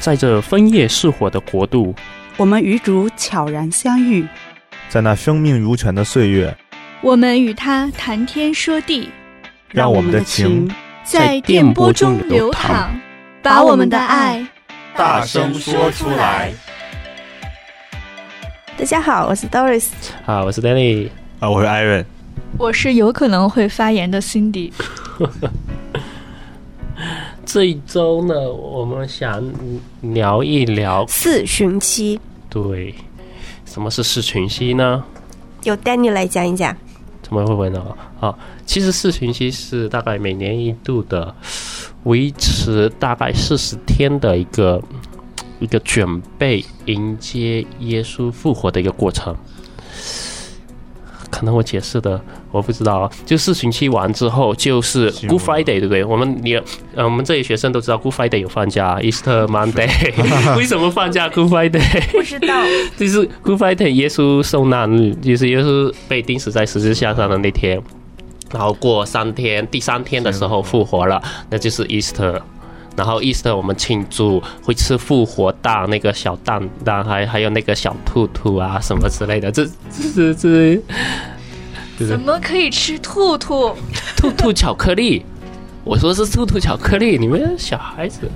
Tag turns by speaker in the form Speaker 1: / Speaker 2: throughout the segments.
Speaker 1: 在这枫叶似火的国度，
Speaker 2: 我们与主悄然相遇，
Speaker 3: 在那生命如泉的岁月，
Speaker 4: 我们与他谈天说地，
Speaker 3: 让我们的情
Speaker 4: 在电波中流淌，把我们的爱
Speaker 5: 大声说出来。
Speaker 6: 大家好，我是 Doris。
Speaker 1: 啊，我是 Danny。
Speaker 3: 啊，我是 Iron。
Speaker 4: 我是有可能会发言的 Cindy。
Speaker 1: 这一周呢，我们想聊一聊
Speaker 6: 四旬期，
Speaker 1: 对，什么是四旬期呢？
Speaker 6: 由 Danny 来讲 一讲。
Speaker 1: 怎么会问呢？啊，其实四旬期是大概每年一度的，维持大概四十天的一个一个准备迎接耶稣复活的一个过程。可能我解释的我不知道啊，就四旬期完之后就是 Good Friday，对不对？我们你呃，我们这里学生都知道 Good Friday 有放假，Easter Monday 为什么放假 Good Friday？
Speaker 6: 不知道，
Speaker 1: 就是 Good Friday，耶稣受难日，就是耶稣被钉死在十字架上的那天，然后过三天，第三天的时候复活了，那就是 Easter。然后 Easter 我们庆祝会吃复活蛋，那个小蛋蛋，还还有那个小兔兔啊什么之类的，这这这这，
Speaker 4: 这怎么可以吃兔兔？
Speaker 1: 兔兔巧克力，我说是兔兔巧克力，你们小孩子，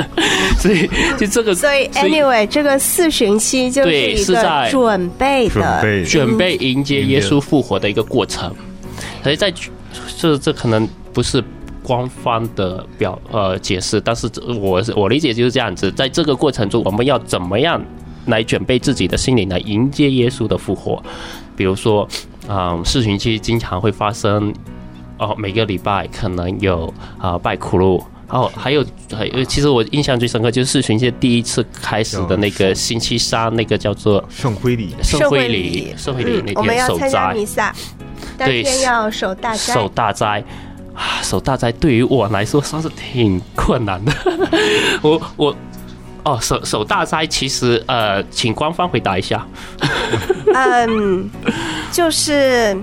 Speaker 1: 所以就这个，
Speaker 6: 所以 anyway 这个四旬期就是一个准备的
Speaker 1: 准备迎接耶稣复活的一个过程，所以在这这可能不是。官方的表呃解释，但是我我理解就是这样子，在这个过程中，我们要怎么样来准备自己的心灵来迎接耶稣的复活？比如说，啊、呃，试训期经常会发生，哦、呃，每个礼拜可能有啊、呃、拜苦路，然、哦、后还有还有，其实我印象最深刻就是试训期第一次开始的那个星期三，那个叫做
Speaker 3: 圣辉礼，
Speaker 1: 圣辉礼，圣辉
Speaker 6: 嗯
Speaker 1: 礼那天守斋，
Speaker 6: 弥撒，当天要守大斋，
Speaker 1: 守大斋。啊，守大斋对于我来说算是挺困难的 我。我我哦，守守大斋其实呃，请官方回答一下
Speaker 6: 嗯，就是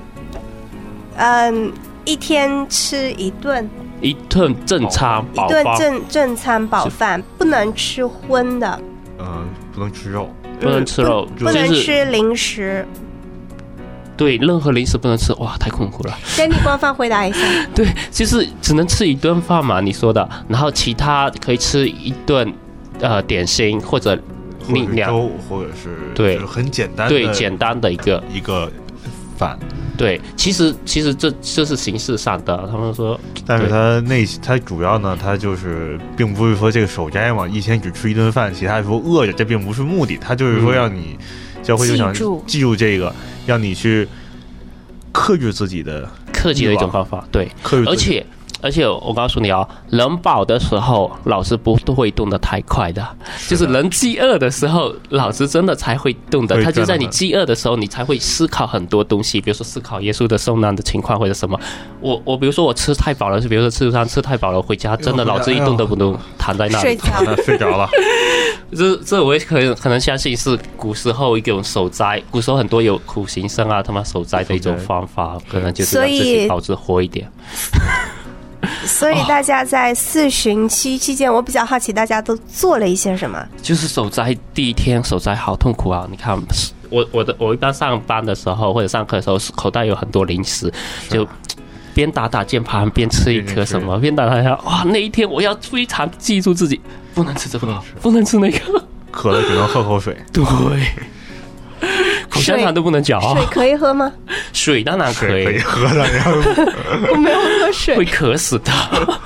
Speaker 6: 嗯，一天吃一顿，
Speaker 1: 一顿正餐，
Speaker 6: 一顿正正餐饱饭，不能吃荤的。
Speaker 3: 嗯、呃，不能吃肉，
Speaker 1: 不能吃肉，
Speaker 6: 嗯不能吃零 食。
Speaker 1: 对，任何零食不能吃，哇，太痛苦了。
Speaker 6: 跟你官方回答一下。
Speaker 1: 对，就是只能吃一顿饭嘛，你说的。然后其他可以吃一顿，呃，点心或者
Speaker 3: 你两粥，或者是
Speaker 1: 对，
Speaker 3: 很简单
Speaker 1: 对简单的一个
Speaker 3: 一个饭。
Speaker 1: 对，其实其实这这是形式上的，他们说。
Speaker 3: 但是他内他主要呢，他就是并不是说这个守斋嘛，一天只吃一顿饭，其他时候饿着，这并不是目的，他就是说让你。嗯教会就想记住这个，让你去克制自己的
Speaker 1: 克己的一种方法，对。
Speaker 3: 克制
Speaker 1: 而且而且我告诉你啊，人饱的时候，老子不会动得太快的，
Speaker 3: 是的
Speaker 1: 就是人饥饿的时候，老子真的才会动的。他就在你饥饿的时候，你才会思考很多东西，比如说思考耶稣的受难的情况或者什么。我我比如说我吃太饱了，比如说吃饭吃太饱了，回家真的脑子一动都不动，躺 在那
Speaker 6: 睡着了，
Speaker 3: 睡着了。
Speaker 1: 这这我也可能可能相信是古时候一种守斋，古时候很多有苦行僧啊，他们守斋的一种方法，可能就是让自己保持活一点。
Speaker 6: 所
Speaker 1: 哦
Speaker 6: 以大家在四旬期期间，我比较好奇大家都做了一些什么。
Speaker 1: 就是守斋第一天，守斋好痛苦啊！你看，我我的我一般上班的时候或者上课的时候，口袋有很多零食，就。边打打键盘边吃一颗什么，边打打下哇！那一天我要非常记住自己，不能吃这个，不能吃那个，
Speaker 3: 渴了只能喝口水。
Speaker 1: 对， 口香糖都不能嚼。啊
Speaker 6: 水可以喝吗？
Speaker 1: 水当然可
Speaker 3: 以，可以喝的。
Speaker 6: 我没有喝水，
Speaker 1: 会渴死的。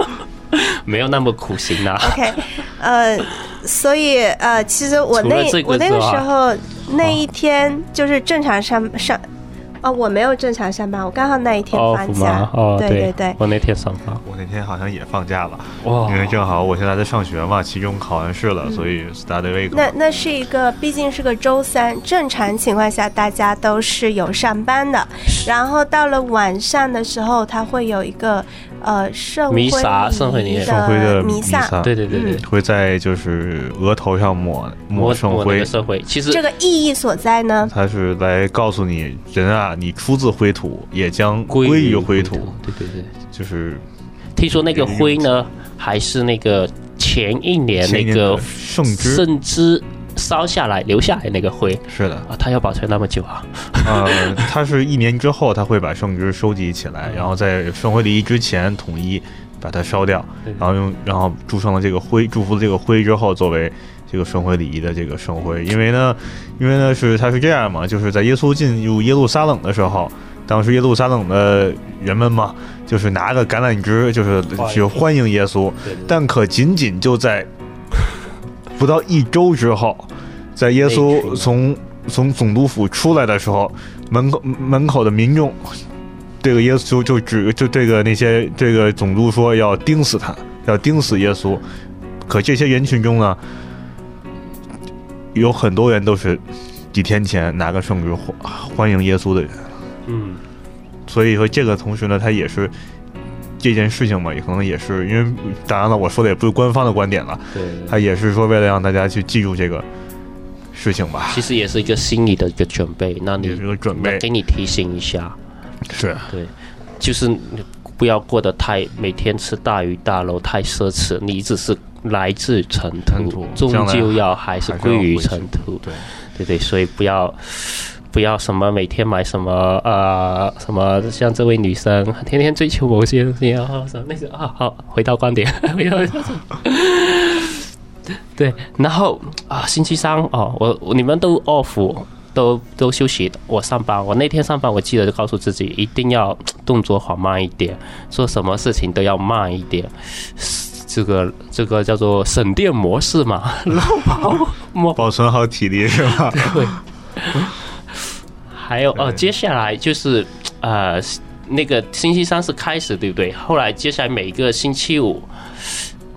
Speaker 1: 没有那么苦行啊。
Speaker 6: OK，呃，所以呃，其实我那我那个时候那一天就是正常上上。哦，我没有正常上班，我刚好那一天放假。
Speaker 1: 哦，
Speaker 6: 对对对，
Speaker 1: 我那天上班，
Speaker 3: 我那天好像也放假了。
Speaker 1: 哇，
Speaker 3: 因为正好我现在在上学嘛，期中考完试了，所以 study week。
Speaker 6: 那那是一个，毕竟是个周三，正常情况下大家都是有上班的。然后到了晚上的时候，它会有一个呃圣
Speaker 1: 弥撒，圣
Speaker 6: 辉
Speaker 1: 弥
Speaker 3: 圣辉的
Speaker 6: 弥
Speaker 3: 撒，
Speaker 1: 对对对对，
Speaker 3: 会在就是额头上抹
Speaker 1: 抹
Speaker 3: 圣
Speaker 1: 辉。圣辉，其实
Speaker 6: 这个意义所在呢，
Speaker 3: 它是来告诉你人啊。你出自灰土，也将归于
Speaker 1: 灰
Speaker 3: 土。
Speaker 1: 对对对，
Speaker 3: 就是
Speaker 1: 听说那个灰呢，还是那个前一年那个
Speaker 3: 圣枝，
Speaker 1: 甚至烧下来留下来那个灰
Speaker 3: 是的，
Speaker 1: 啊，它要保存那么久啊？
Speaker 3: 呃，它是一年之后，它会把圣枝收集起来，然后在圣灰离之前统一把它烧掉，然后用然后祝上了这个灰，祝福了这个灰之后作为。这个圣灰礼仪的这个圣灰，因为呢，因为呢是它是这样嘛，就是在耶稣进入耶路撒冷的时候，当时耶路撒冷的人们嘛，就是拿着橄榄枝，就是去欢迎耶稣，但可仅仅就在不到一周之后，在耶稣从从总督府出来的时候，门口门口的民众，这个耶稣就指就这个那些这个总督说要钉死他，要钉死耶稣，可这些人群中呢。有很多人都是几天前拿个圣旨欢迎耶稣的人，
Speaker 1: 嗯，
Speaker 3: 所以说这个同时呢，他也是这件事情嘛，也可能也是因为，当然了，我说的也不是官方的观点了，
Speaker 1: 对，
Speaker 3: 他也是说为了让大家去记住这个事情吧，
Speaker 1: 其实也是一个心理的一个准备，那你
Speaker 3: 这个准备
Speaker 1: 给你提醒一下，
Speaker 3: 是
Speaker 1: 对，就是不要过得太每天吃大鱼大肉太奢侈，你只是。来自尘土，终究要还是归于尘土。
Speaker 3: 对，
Speaker 1: 对对，所以不要不要什么每天买什么呃什么，像这位女生天天追求某些东西啊什么那些啊。好，回到观点， 回到对，然后啊，星期三哦，我你们都 off，都都休息，我上班。我那天上班，我记得就告诉自己，一定要动作缓慢一点，做什么事情都要慢一点。这个这个叫做省电模式嘛， 然后保
Speaker 3: 保存好体力是吧？
Speaker 1: 对。还有哦，接下来就是呃，那个星期三是开始对不对？后来接下来每个星期五，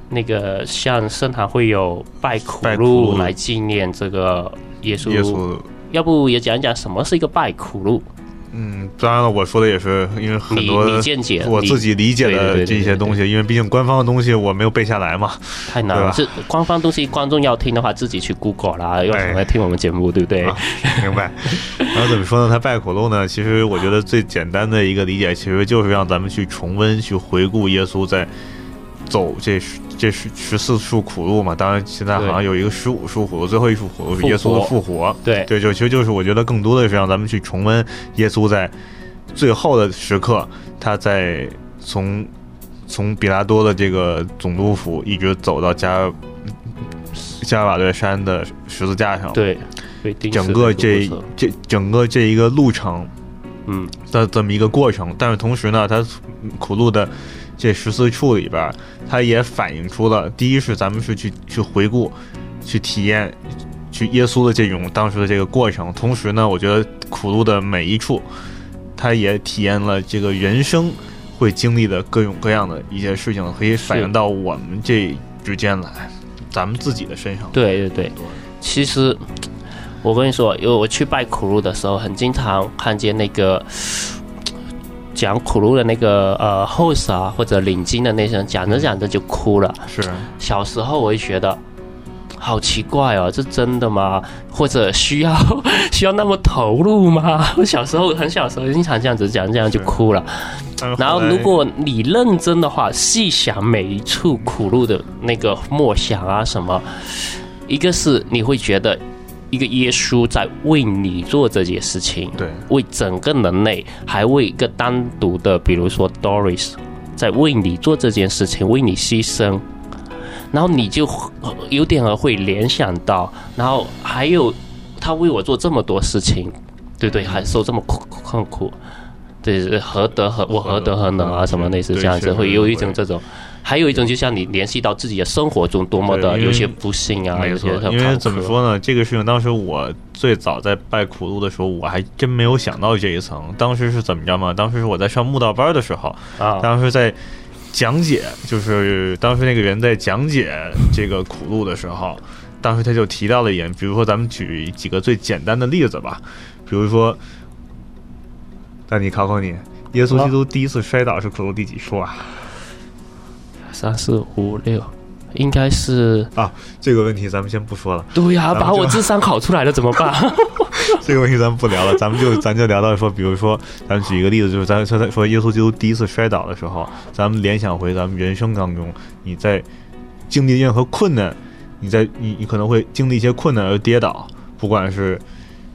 Speaker 1: 那个像圣堂会有拜苦路来纪念这个耶 稣。
Speaker 3: 耶稣，
Speaker 1: 要不也讲一讲什么是一个拜苦路？
Speaker 3: 嗯，当然了，我说的也是因为很
Speaker 1: 多见解，
Speaker 3: 我自己理解的这些东西，因为毕竟官方的东西我没有背下来嘛，
Speaker 1: 太难了。这官方东西观众要听的话，自己去 Google 啦，要怎么听我们节目，对不对？
Speaker 3: 啊、 明白。然后怎么说呢？他拜苦路呢？其实我觉得最简单的一个理解，其实就是让咱们去重温、去回顾耶稣在走这这十十四处苦路嘛。当然，现在好像有一个十五处苦路，最后一处苦路是耶稣的复活。
Speaker 1: 对
Speaker 3: 对，就其实就是我觉得更多的是让咱们去重温耶稣在。最后的时刻，他在从从比拉多的这个总督府一直走到加加瓦略山的十字架上。
Speaker 1: 对，
Speaker 3: 整个这这整个这一个路程，
Speaker 1: 嗯，
Speaker 3: 的这么一个过程。但是同时呢，他苦路的这十四处里边，他也反映出了，第一是咱们是去去回顾、去体验、去耶稣的这种当时的这个过程。同时呢，我觉得苦路的每一处。他也体验了这个人生会经历的各种各样的一些事情，可以反映到我们这之间来，咱们自己的身上。
Speaker 1: 对对对，其实我跟你说，因为我去拜苦路的时候，很经常看见那个讲苦路的那个呃 host 啊，或者领巾的那些人，讲着讲着就哭了。
Speaker 3: 是，
Speaker 1: 小时候我就觉得。好奇怪哦，这真的吗？或者需要 需要那么投入吗？我小时候很小时候经常这样子讲，这样就哭了。然后如果你认真的话，细想每一处苦路的那个默想啊什么，一个是你会觉得一个耶稣在为你做这件事情，
Speaker 3: 对，
Speaker 1: 为整个人类，还为一个单独的，比如说 Doris，在为你做这件事情，为你牺牲。然后你就有点儿会联想到，然后还有他为我做这么多事情，对对，还受这么苦困苦，对，何德何我何德何能啊？什么类似这样子，会有一种这种，还有一种就像你联系到自己的生活中多么的有些不幸啊，有些
Speaker 3: 因为怎么说呢？这个事情当时我最早在拜苦路的时候，我还真没有想到这一层。当时是怎么着嘛？当时是我在上慕道班的时候，
Speaker 1: 啊，
Speaker 3: 当时在。讲解就是当时那个人在讲解这个苦路的时候，当时他就提到了一点，比如说咱们举几个最简单的例子吧，比如说，那你考考你，耶稣基督第一次摔倒是苦路第几处啊？
Speaker 1: 三四五六，应该是
Speaker 3: 啊，这个问题咱们先不说了。
Speaker 1: 对呀、啊，把我智商考出来了怎么办？
Speaker 3: 这个问题咱们不聊了，咱们就咱就聊到说，比如说，咱们举一个例子，就是咱说说耶稣基督第一次摔倒的时候，咱们联想回咱们人生当中，你在经历任何困难，你在你你可能会经历一些困难而跌倒，不管是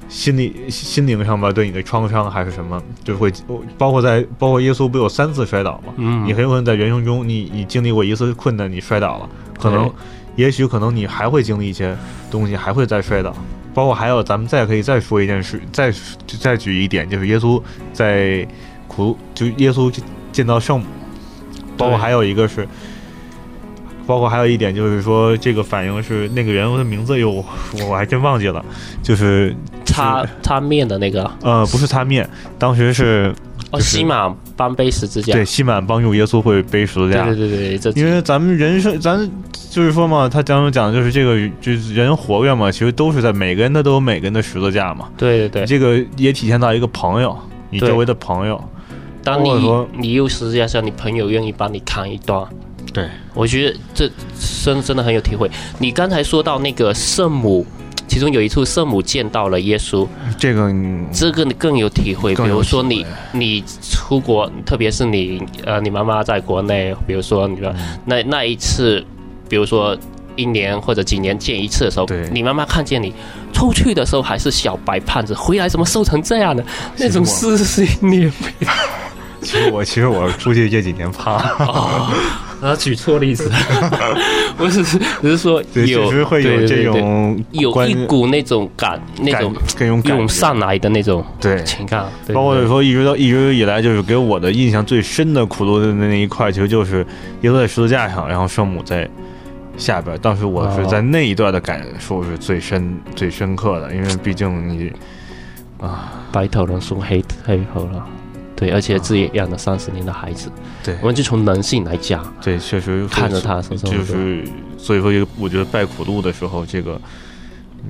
Speaker 3: 心理心灵上吧，对你的创伤还是什么，就会包括在包括耶稣不有三次摔倒嘛，
Speaker 1: 嗯
Speaker 3: 你很有可能在人生中你你经历过一次困难，你摔倒了，可能
Speaker 1: 对
Speaker 3: 也许可能你还会经历一些东西，还会再摔倒。包括还有，咱们再可以再说一件事，再就再举一点，就是耶稣在苦，就耶稣见到圣母，包括还有一个是，包括还有一点就是说，这个反应是那个人的名字又我我还真忘记了，就是
Speaker 1: 擦擦面的那个
Speaker 3: 呃不是擦面，当时是
Speaker 1: 哦，
Speaker 3: 就是
Speaker 1: 西马搬背十字架，
Speaker 3: 对西满帮助耶稣会背十字架，
Speaker 1: 对对对对，这
Speaker 3: 因为咱们人生，咱就是说嘛，他当时讲的就是这个，就是人活跃嘛，其实都是在每个人他都有每个人的十字架嘛。
Speaker 1: 对对对，
Speaker 3: 这个也体现到一个朋友，你
Speaker 1: 对
Speaker 3: 周围的朋友，
Speaker 1: 当
Speaker 3: 或者说
Speaker 1: 你你有十字架时，你朋友愿意帮你扛一段，
Speaker 3: 对，
Speaker 1: 我觉得这真真的很有体会。你刚才说到那个圣母，其中有一处圣母见到了耶稣，
Speaker 3: 这个嗯
Speaker 1: 这个更有体会。比
Speaker 3: 更有
Speaker 1: 如说
Speaker 3: 体
Speaker 1: 你你出国，特别是你呃你妈妈在国内，比如说你的那那一次，比如说一年或者几年见一次的时候
Speaker 3: 对，
Speaker 1: 你妈妈看见你出去的时候还是小白胖子，回来怎么瘦成这样的？那种
Speaker 3: 其实
Speaker 1: 撕心裂肺。
Speaker 3: 其实我其实我出去这几年胖，
Speaker 1: 哦，然后举错例 子，我只是只是说
Speaker 3: 对，
Speaker 1: 有
Speaker 3: 确实会
Speaker 1: 对
Speaker 3: 有
Speaker 1: 对对
Speaker 3: 这种
Speaker 1: 有
Speaker 3: 关
Speaker 1: 一股那种感，那
Speaker 3: 感
Speaker 1: 种
Speaker 3: 这种感
Speaker 1: 涌
Speaker 3: 觉
Speaker 1: 上来的那种
Speaker 3: 对。
Speaker 1: 情感，对
Speaker 3: 包括
Speaker 1: 对
Speaker 3: 说，一直到一直以来，就是给我的印象最深的苦路的那一块，其实就是耶稣在十字架上，然后圣母在下边。当时我是在那一段的感受是最深、最深刻的，因为毕竟你
Speaker 1: 白头人送黑黑头了。对，而
Speaker 3: 啊
Speaker 1: 且自己养了三十年的孩子，
Speaker 3: 对
Speaker 1: 我们就从人性来讲，
Speaker 3: 对确实
Speaker 1: 看着他身上的
Speaker 3: 就是所以说，我觉得拜苦路的时候，这个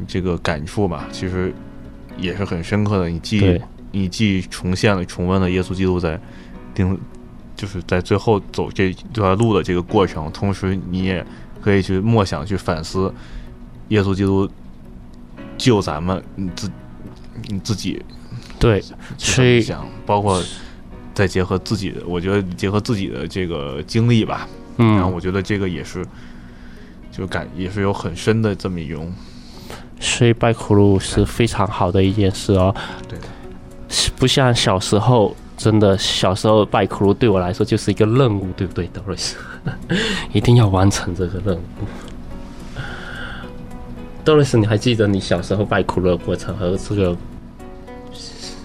Speaker 3: 这个感触吧，其实也是很深刻的。你既
Speaker 1: 对
Speaker 3: 你既重现了、重温了耶稣基督在定，就是在最后走这段路的这个过程，同时你也可以去默想、去反思耶稣基督救咱们，你自你自己
Speaker 1: 对，所
Speaker 3: 去
Speaker 1: 以
Speaker 3: 想，包括再结合自己的，我觉得结合自己的这个经历吧，然后
Speaker 1: 嗯，
Speaker 3: 我觉得这个也是，就感也是有很深的这么一种，
Speaker 1: 所以拜苦路是非常好的一件事哦。
Speaker 3: 对的，
Speaker 1: 不像小时候，真的小时候拜苦路对我来说就是一个任务，对不对，德瑞斯？ 一定要完成这个任务。德瑞斯，你还记得你小时候拜苦路的过程和这个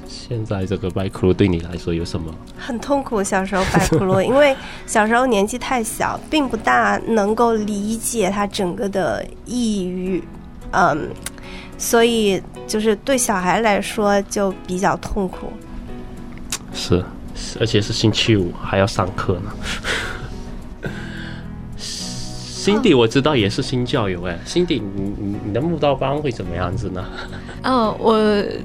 Speaker 1: 现在这个拜苦路对你来说有什么？
Speaker 6: 很痛苦。小时候拜苦路，因为小时候年纪太小，并不大能够理解它整个的意义，嗯，所以就是对小孩来说就比较痛苦。
Speaker 1: 是，而且是星期五还要上课呢。辛迪，我知道也是新教友哎，辛迪，你你你的慕道班会怎么样子呢？
Speaker 5: 哦，我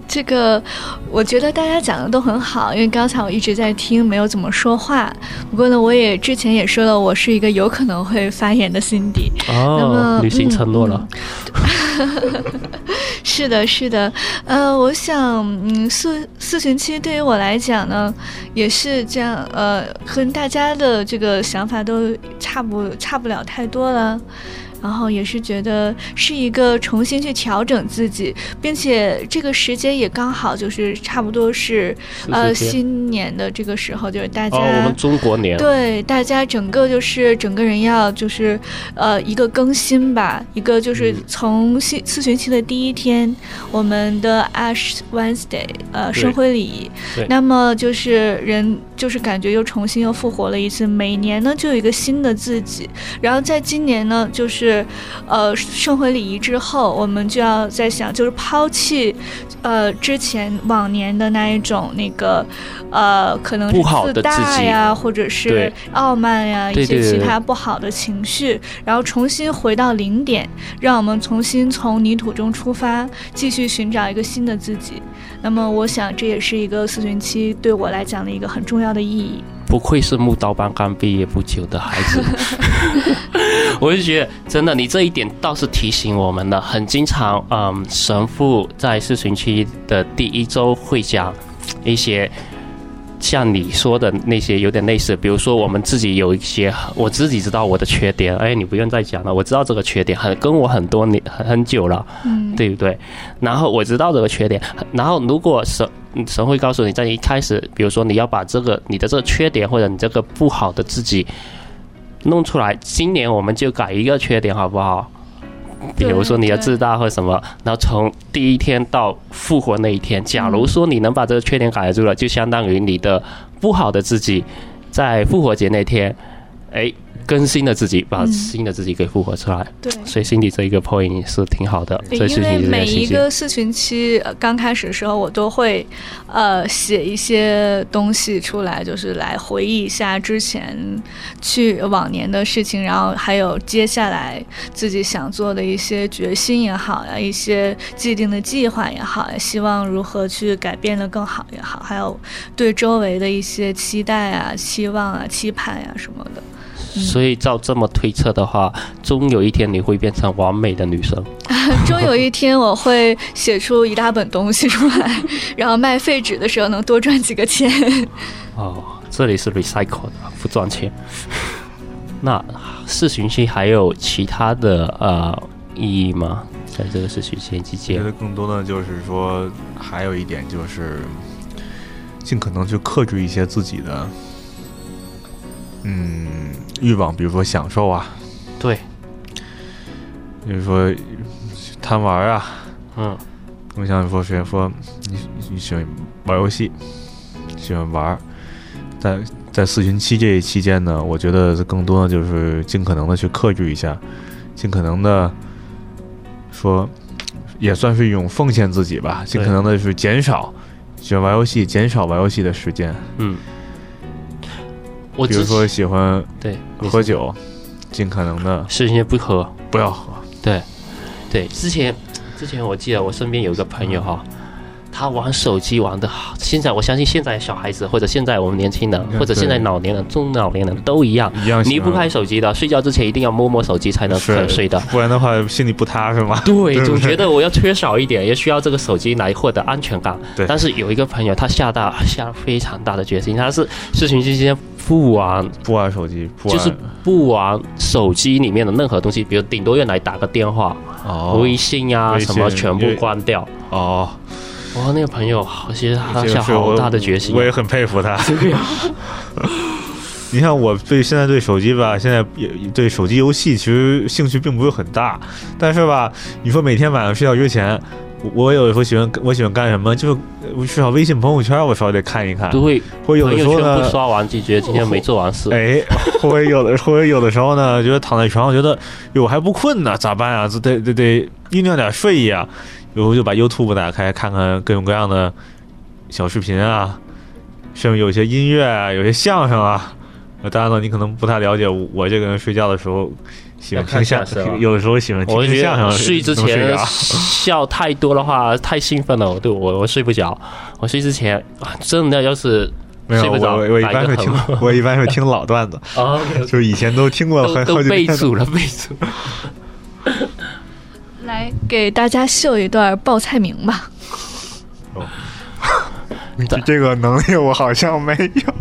Speaker 5: 这个我觉得大家讲的都很好，因为刚才我一直在听，没有怎么说话。不过呢，我也之前也说了，我是一个有可能会发言的 Cindy。那
Speaker 1: 哦
Speaker 5: 么，嗯
Speaker 1: 履行承诺了。
Speaker 5: 是的，是的，呃，我想，嗯，四四旬期对于我来讲呢，也是这样，呃，跟大家的这个想法都差不差不了太多了。然后也是觉得是一个重新去调整自己，并且这个时间也刚好就是差不多是
Speaker 1: 四
Speaker 5: 呃
Speaker 1: 十天
Speaker 5: 新年的这个时候，就是大家、
Speaker 1: 哦，我们中国年
Speaker 5: 对，大家整个就是整个人要就是，呃，一个更新吧，一个就是从新四学期的第一天，我们的 Ash Wednesday，呃，
Speaker 1: 对
Speaker 5: 社会礼
Speaker 1: 对，
Speaker 5: 那么就是人就是感觉又重新又复活了一次。每年呢就有一个新的自己，然后在今年呢就是，呃，圣回礼仪之后，我们就要在想，就是抛弃，呃，之前往年的那一种那个，呃，可能是
Speaker 1: 不好的自
Speaker 5: 自大
Speaker 1: 己
Speaker 5: 呀，或者是
Speaker 1: 对
Speaker 5: 傲慢呀，
Speaker 1: 对
Speaker 5: 一些
Speaker 1: 对
Speaker 5: 其
Speaker 1: 对
Speaker 5: 他不好的情绪，然后重新回到零点，让我们重新从泥土中出发，继续寻找一个新的自己。那么，我想这也是一个四旬期对我来讲的一个很重要的意义。
Speaker 1: 不愧是木刀班刚毕业不久的孩子， 我就觉得真的，你这一点倒是提醒我们了。很经常，嗯，神父在四旬期的第一周会讲一些像你说的那些有点类似，比如说我们自己有一些，我自己知道我的缺点，哎，你不用再讲了，我知道这个缺点很跟我很多年很很久了，
Speaker 5: 嗯，
Speaker 1: 对不对？然后我知道这个缺点，然后如果神神会告诉你在一开始，比如说你要把这个你的这个缺点或者你这个不好的自己弄出来，今年我们就改一个缺点，好不好？比如说你的自大或什么，然后从第一天到复活那一天，假如说你能把这个缺点改住了，就相当于你的不好的自己，在复活节那天，哎，更新的自己，把
Speaker 5: 嗯
Speaker 1: 新的自己给复活出来。
Speaker 5: 对。
Speaker 1: 所以心里这一个 point 也是挺好的，
Speaker 5: 对
Speaker 1: 这
Speaker 5: 因
Speaker 1: 是
Speaker 5: 为
Speaker 1: 你的
Speaker 5: 每
Speaker 1: 信
Speaker 5: 一
Speaker 1: 息。
Speaker 5: 个试群期呃刚开始的时候，我都会，呃，写一些东西出来，就是来回忆一下之前去往年的事情，然后还有接下来自己想做的一些决心也好呀，一些既定的计划也好呀，希望如何去改变的更好也好，还有对周围的一些期待啊、期望啊、期盼呀、什么的。嗯
Speaker 1: 所以照这么推测的话，终有一天你会变成完美的女生。
Speaker 5: 终有一天我会写出一大本东西出来，然后卖废纸的时候能多赚几个钱。
Speaker 1: 哦，这里是 recycle 的，不赚钱。 那试巡期还有其他的呃意义吗？在这个试巡期期
Speaker 3: 觉
Speaker 1: 间
Speaker 3: 得，更多的就是说，还有一点就是，尽可能去克制一些自己的，嗯，欲望，比如说享受啊，
Speaker 1: 对，
Speaker 3: 比如说贪玩啊。
Speaker 1: 嗯，
Speaker 3: 我想说，谁说你你喜欢玩游戏，喜欢玩儿，在在四旬期这一期间呢，我觉得更多的就是尽可能的去克制一下，尽可能的说，也算是一种奉献自己吧，尽可能的是减少喜欢玩游戏，减少玩游戏的时间，
Speaker 1: 嗯，我
Speaker 3: 比
Speaker 1: 只
Speaker 3: 如说喜欢
Speaker 1: 对
Speaker 3: 喝酒，尽可能的
Speaker 1: 试巡期不喝，
Speaker 3: 不要喝，
Speaker 1: 对，之前之前我记得我身边有一个朋友哈、他玩手机玩的，现在我相信现在小孩子或者现在我们年轻人
Speaker 3: 嗯
Speaker 1: 或者现在
Speaker 3: 对
Speaker 1: 老年人、中老年人都一样，
Speaker 3: 一样喜
Speaker 1: 离不
Speaker 3: 欢
Speaker 1: 开手机的，睡觉之前一定要摸摸手机才能
Speaker 3: 是
Speaker 1: 睡的。
Speaker 3: 不然的话心里不踏实嘛。
Speaker 1: 对，
Speaker 3: 对
Speaker 1: 总
Speaker 3: 不对
Speaker 1: 觉得我要缺少一点，也需要这个手机来获得安全感。
Speaker 3: 对
Speaker 1: 但是有一个朋友，他下大下了非常大的决心，他是事情期间不玩，
Speaker 3: 不玩手机，不玩
Speaker 1: 就是不玩手机里面的任何东西，比如顶多用来打个电话、
Speaker 3: 哦
Speaker 1: 微信呀、
Speaker 3: 微信
Speaker 1: 什么，全部
Speaker 3: 因为
Speaker 1: 关掉。
Speaker 3: 哦。
Speaker 1: 哇，那个朋友，好，其实他
Speaker 3: 这
Speaker 1: 下
Speaker 3: 个是我
Speaker 1: 好大的决心
Speaker 3: 我。也很佩服他。 你看我对现在对手机吧，现在也对手机游戏其实兴趣并不是很大，但是吧，你说每天晚上睡觉之前，我我有时候喜欢我喜欢干什么，就是我至少微信朋友圈我稍微得看一 看，
Speaker 1: 都会
Speaker 3: 或者有
Speaker 1: 朋
Speaker 3: 的时
Speaker 1: 友
Speaker 3: 候
Speaker 1: 圈不
Speaker 3: 呢，
Speaker 1: 刷完就觉得今天没做完事。
Speaker 3: 哎，或者有的或者有的时候呢，觉得躺在床上觉得哟还不困呢，咋办啊？这得得得酝酿点睡意啊，有时候就把 YouTube 打开看看各种各样的小视频啊，甚至有些音乐啊，有些相声啊。呃当然了，你可能不太了解我我这个人睡觉的时候喜欢
Speaker 1: 要
Speaker 3: 听
Speaker 1: 看
Speaker 3: 相
Speaker 1: 相声啊，
Speaker 3: 有的时候喜欢
Speaker 1: 我就
Speaker 3: 听
Speaker 1: 觉
Speaker 3: 相声，
Speaker 1: 得睡之
Speaker 3: 能
Speaker 1: 前
Speaker 3: 着
Speaker 1: 笑太多的话太兴奋了，我对我我睡不着。我睡之前啊真的要 是
Speaker 3: 没有
Speaker 1: 睡不着
Speaker 3: 我我一
Speaker 1: 打
Speaker 3: 般
Speaker 1: 一个
Speaker 3: 会
Speaker 1: 疼
Speaker 3: 听我一般会听老段 子，
Speaker 1: 啊，
Speaker 3: 就是以前都听过
Speaker 1: 都
Speaker 3: 很
Speaker 1: 都
Speaker 3: 哦好几
Speaker 1: 备
Speaker 3: 遍的。
Speaker 1: 注了备注。
Speaker 5: 来给大家秀一段报菜名吧。
Speaker 1: 对
Speaker 3: 这个能力我好像没有。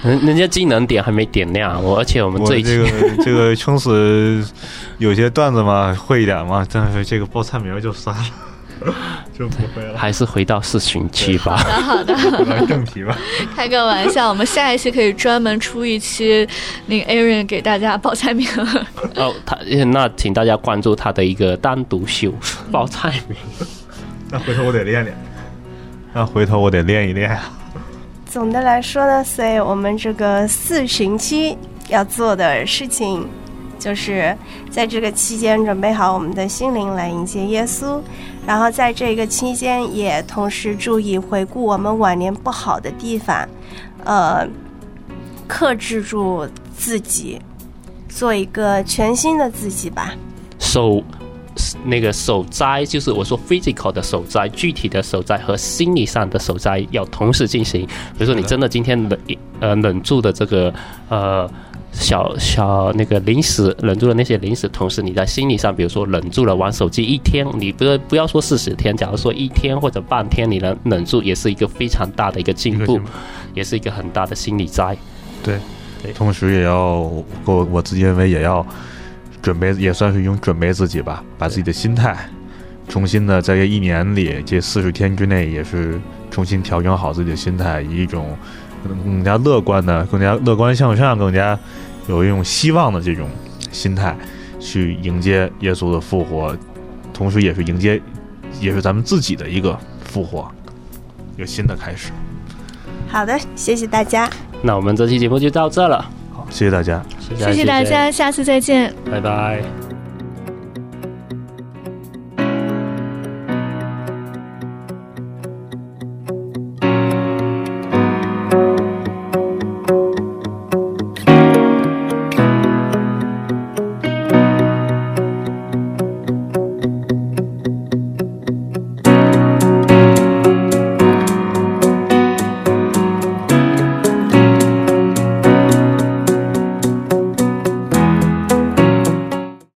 Speaker 1: 人人家技能点还没点亮，我而且我们
Speaker 3: 我
Speaker 1: 这
Speaker 3: 这
Speaker 1: 一期
Speaker 3: 个这个撑死有些段子嘛，会一点嘛，但是这个报菜名儿就算了， 就不会 了。
Speaker 1: 还是回到四旬期吧。
Speaker 5: 好的，
Speaker 3: 来正题吧。
Speaker 5: 开个玩笑，我们下一期可以专门出一期，那个 Aaron 给大家报菜名。
Speaker 1: 哦，他那请大家关注他的一个单独秀 报菜名。
Speaker 3: 那回头我得练练。那回头我得练一啊练。
Speaker 6: 总的来说呢，所以我们这个四旬期要做的事情，就是在这个期间准备好我们的心灵来迎接耶稣，然后在这个期间也同时注意回顾我们晚年不好的地方，呃，克制住自己，做一个全新的自己吧。
Speaker 1: 手那个手摘，就是我说 physical 的手摘，具体的手摘和心理上的手摘要同时进行。比如说，你真的今天忍呃忍住的这个呃小小那个临时忍住了那些临时，同时你在心理上，比如说忍住了玩手机一天，你不不要说四十天，假如说一天或者半天，你能忍住，也是一个非常大的一个进步，也是一个很大的心理灾。
Speaker 3: 对，同时也要我我自己认为也要准备，也算是一种准备自己吧，把自己的心态重新的在这一年里这四十天之内，也是重新调整好自己的心态，以一种。更加乐观的、更加乐观向上、更加有一种希望的这种心态，去迎接耶稣的复活，同时也是迎接，也是咱们自己的一个复活，一个新的开始。
Speaker 6: 好的，谢谢大家。
Speaker 1: 那我们这期节目就到这了，
Speaker 3: 好，谢谢大家，
Speaker 5: 谢谢大家，下次再见，
Speaker 1: 拜拜。